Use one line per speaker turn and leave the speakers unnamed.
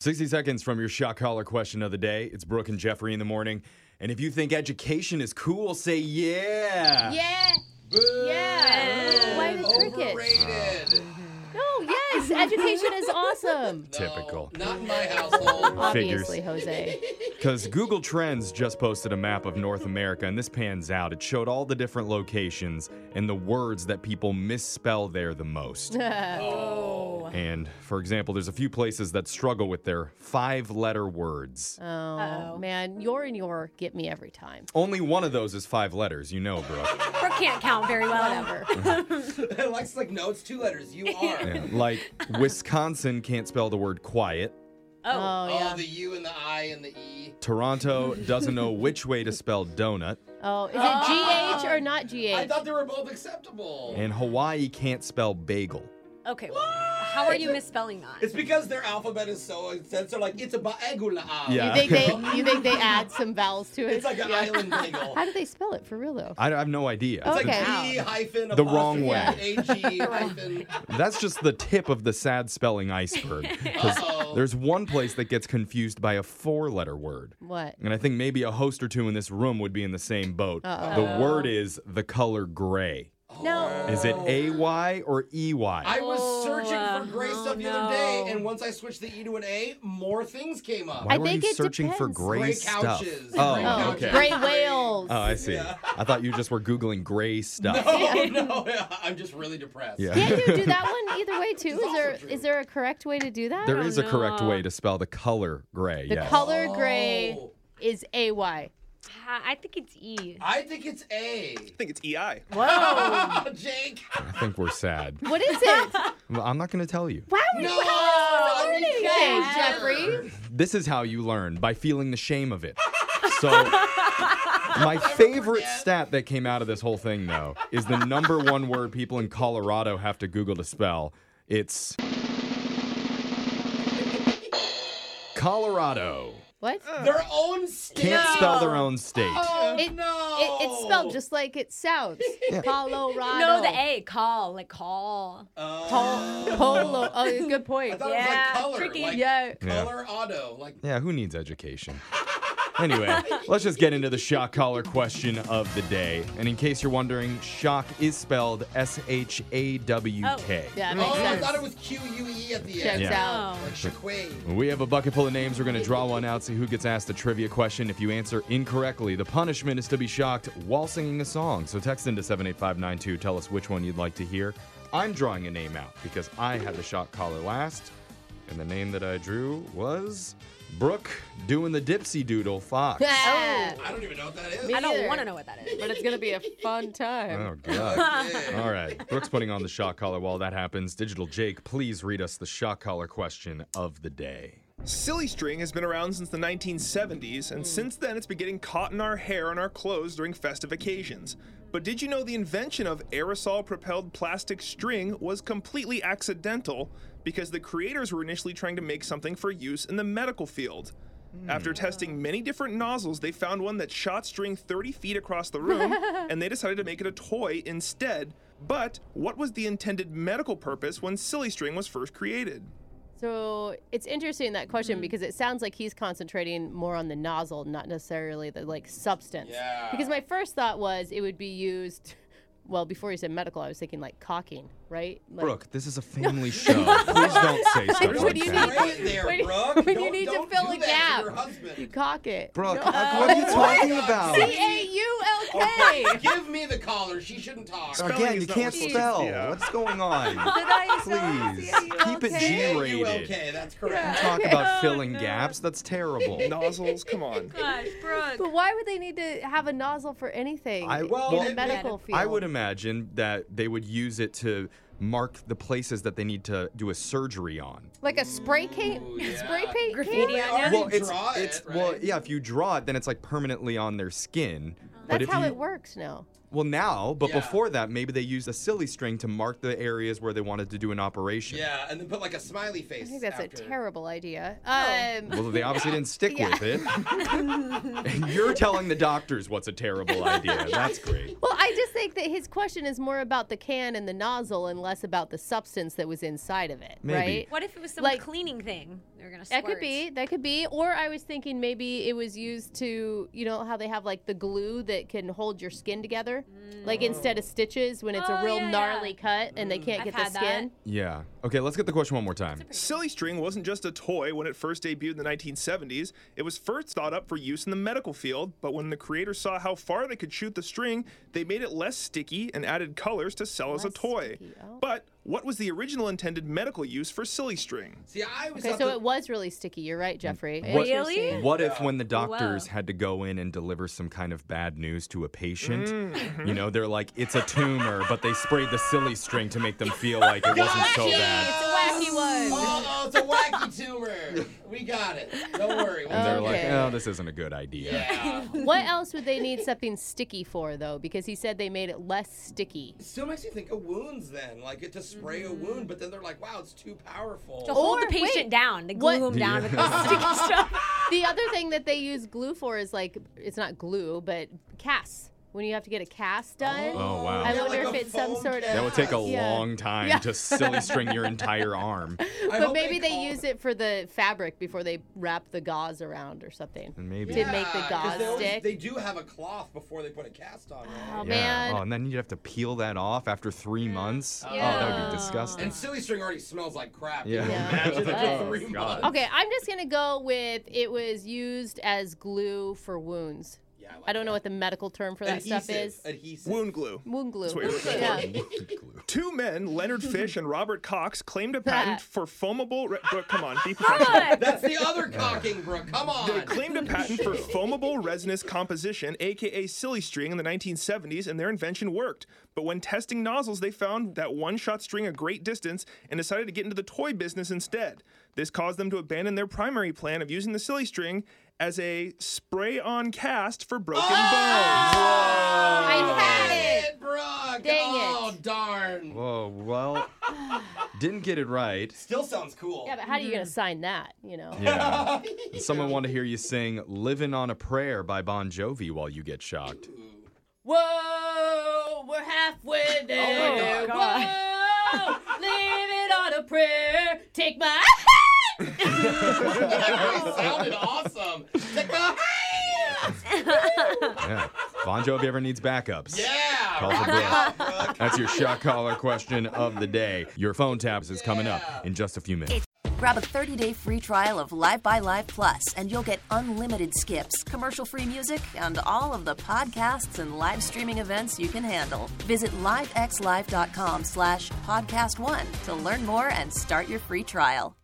60 seconds from your shot collar question of the day. It's Brooke and Jeffrey in the morning. And if you think education is cool, say yeah.
Yeah.
Boo.
Yeah. Why did cricket?
Overrated.
No, yes. Education is awesome.
Typical.
No, not in my household.
Figures.
Obviously, Jose.
Because Google Trends just posted a map of North America, and this pans out. It showed all the different locations and the words that people misspell there the most.
oh.
And for example, there's a few places that struggle with their five letter words.
Oh, man. Your and your get me every time.
Only one of those is five letters, you know, Brooke.
Brooke can't count very well. Oh,
Whatever.
Alexa's like, no, it's two letters. You are.
Yeah, Like Wisconsin can't spell the word quiet.
Oh,
Oh,
Oh,
yeah.
the U and the I and the E.
Toronto doesn't know which way to spell donut.
Oh, is
Oh.
it GH or not
I
GH?
thought they were both acceptable.
And Hawaii can't spell bagel.
okay. How are you misspelling that?
it's because their alphabet is so intense. They're like, it's a baegula.
Yeah.
You think they you think they add some vowels to it?
It's like an island bagel.
How do they spell it for real though?
I, I have no idea.
Okay.
It's like E hyphen
The wrong
apostrophe AG hyphen.
That's just the tip of the sad spelling iceberg. 'Cause
Uh-oh.
there's one place that gets confused by a four letter word.
What?
And I think maybe a host or two in this room would be in the same boat. The word is the color gray.
No.
Is it A Y or E
Oh.
Y?
I was
Oh,
searching for gray
oh,
stuff the other day,
no.
and once I switched the E to an A, more things came up.
Why
I
were
think
you
it
searching for
depends.
gray,
Gray
stuff?
couches. Gray
Oh,
Oh,
couches.
okay.
gray whales.
Oh, I see. I thought you just were Googling gray stuff.
Oh no, I'm just really depressed.
Yeah.
Can't you do that one either way too? Is
also
there
true.
is there a correct way to do that?
There
don't
is a correct
know.
way to spell the color gray.
Oh, the
yes.
color gray
Oh.
is A Y.
I I think it's E.
I think it's A.
I think it's EI.
Whoa.
Jake.
I think we're sad.
what is it?
Well, I'm not going to tell you.
Why would
No,
you
you
learn anything,
can't.
Jeffrey?
This is how you learn by feeling the shame of it. So, my favorite
forget.
stat that came out of this whole thing, though, is the number one word people in Colorado have to Google to spell. It's Colorado.
What?
Uh,
Their own state.
Can't spell their own state.
Oh
It-
no.
It, it's spelled just like it sounds. Colorado.
No, the A. Call. Like call.
Pol- Polo. Oh, good
I
point.
thought it was Oh, like
Yeah,
color.
tricky.
Like
Yeah.
Yeah.
Color auto. Like
Yeah, who needs education? Anyway, let's just get into the shock collar question of the day. And in case you're wondering, shock is spelled S H A W K.
Oh, yeah. That
Oh,
makes
I
sense.
thought it was Q U E at the
Checks
end.
Yeah.
out.
Oh.
Like Shaquay.
We have a bucket full of names. We're going to draw one out, see who gets asked a trivia question. If you answer incorrectly, the punishment is to be shocked while singing a song. So text into 78592. Tell us which one you'd like to hear. I'm drawing a name out because I had the shock collar last. And the name that I drew was Brooke doing the Dipsy Doodle Fox.
Yeah.
I don't even know what that is.
I don't
either.
want to know what that is.
Oh. But it's gonna be a fun time.
Oh, God. All right. Brooke's putting on the shock collar while that happens. Digital Jake, please read us the shock collar question of the day.
Silly string has been around since the 1970s, and since then it's been getting caught in our hair and our clothes during festive occasions. But did you know the invention of aerosol propelled plastic string was completely accidental because the creators were initially trying to make something for use in the medical field? After testing many different nozzles, they found one that shot string 30 feet across the room, and they decided to make it a toy instead. But what was the intended medical purpose when silly string was first created?
So it's interesting that question because it sounds like he's concentrating more on the nozzle, not necessarily the like substance.
Yeah.
Because my first thought was it would be used. Well, before you said medical, I was thinking like cocking, right? Like,
Brooke, this is a family show. Please don't say stuff
What
like
do you
that.
need-
Spray it there,
when you-
Brooke.
when you
Don't-
need to
don't
fill
do
a
that to
gap.
your
You
husband.
cock it.
Brooke, I- what are you talking about?
C A U
Oh
L K.
Give me the collar. She shouldn't talk.
Spelling
Again,
is
you
not
can't
what-
spell.
Yeah.
What's going on? Please keep it
Yeah, you
G-rated.
Okay, that's correct.
Talk about filling gaps. That's terrible.
Nozzles, come on.
Gosh, Brooke.
But why would they need to have a nozzle for anything?
I-
in
well,
the
it-
medical field.
I would imagine that they would use it to mark the places that they need to do a surgery on.
like a spray paint.
Ooh, yeah.
Spray paint.
Graffiti
can?
on there?
Well,
it's,
draw it,
it's well,
right?
yeah. If you draw it, then it's like permanently on their skin. but
That's
if
how
you,
it works now.
Well, now, but
Yeah.
before that, maybe they used a silly string to mark the areas where they wanted to do an operation.
Yeah, and then put like a smiley face.
I think that's
after.
a terrible idea. Um,
Well, they obviously didn't stick with it. and you're telling the doctors what's a terrible idea. That's great.
Well, I I just think that his question is more about the can and the nozzle and less about the substance that was inside of it,
Maybe.
right?
What if it was some
Like-
cleaning thing? They're gonna.
That
Squirt.
could be. That could be. Or I was thinking maybe it was used to, you know, how they have like the glue that can hold your skin together, like instead of stitches when it's
Mm. Oh,
a real
yeah, yeah.
gnarly cut and they can't
I've
get
had
the
that.
skin.
Yeah. Okay, let's get the question one more time.
Silly string wasn't just a toy when it first debuted in the 1970s. It was first thought up for use in the medical field, but when the creators saw how far they could shoot the string, they made it less sticky and added colors to sell as a
Less
toy.
sticky, oh.
But what was the original intended medical use for silly string?
See, I always
Okay,
thought
so
that-
it was really sticky. You're right, Jeffrey. It
Mm. What-
was
Really?
sticky.
What if, when the doctors
Whoa.
had to go in and deliver some kind of bad news to a patient,
Mm-hmm.
you know, they're like, it's a tumor, but they sprayed the silly string to make them feel like it wasn't so bad.
It's a wacky one.
Oh, it's a wacky tumor. We got it. Don't worry. We'll
And they're like,
Okay.
oh, this isn't a good idea.
yeah.
What else would they need something sticky for, though? Because he said they made it less sticky.
It still makes you think of wounds then, like it to spray a
Mm-hmm.
wound, but then they're like, wow, it's too powerful.
To hold the
Or,
patient
wait,
down. They glue
what-
him down with this
Yeah.
sticky stuff.
The other thing that they use glue for is like, it's not glue, but casts. When you have to get a cast done.
Oh, wow.
I
Yeah,
wonder
like
if
a
it's some
foam
sort of.
That would take a
Yeah.
long time
Yeah.
to silly string your entire arm.
I
But
hope
maybe they,
call-
use it for the fabric before they wrap the gauze around or something.
And maybe.
To make the
'cause
gauze
they always-
stick.
They do have a cloth before they put a cast on. Right?
yeah.
Oh, man.
Oh, and then you'd have to peel that off after three months. Oh, that would
Yeah.
be disgusting.
And silly string already smells like crap.
Yeah.
Can you
Yeah.
Imagine
Yeah.
for three
Oh, God.
months.
Okay, I'm just gonna go with it was used as glue for wounds.
Yeah,
I don't know what the medical term for that
adhesive,
stuff is.
Adhesive.
Wound glue.
Wound glue.
what you're looking for.
yeah.
Two men, Leonard Fish and Robert Cox, claimed a patent for foamable. Re- but come on, be professional.
That's the other cocking, bro. Come
They
on.
claimed a patent for foamable resinous composition, aka silly string, in the 1970s, and their invention worked. But when testing nozzles, they found that one shot string a great distance and decided to get into the toy business instead. This caused them to abandon their primary plan of using the silly string as a spray on cast for broken bones.
I had it.
Shit, Brooke.
Dang it.
oh, darn.
Whoa, Oh, well, didn't get it right.
Still sounds cool.
Yeah, but how are you gonna sign that? You know.
Yeah. And Someone want to hear you sing Living on a Prayer by Bon Jovi while you get shocked.
Whoa, we're halfway there.
God.
Whoa, leave it on a prayer. Take my.
That sounded awesome. "Oh, Take my hands.
Yeah. Bon Jovi ever needs backups.
Yeah.
Call
rock
for Brooke.
out, Brooke.
That's your shock collar question of the day. Your phone taps is coming up in just a few minutes.
Grab a 30-day free trial of Live by Live Plus, and you'll get unlimited skips, commercial-free music, and all of the podcasts and live streaming events you can handle. Visit livexlive.com slash podcast one to learn more and start your free trial.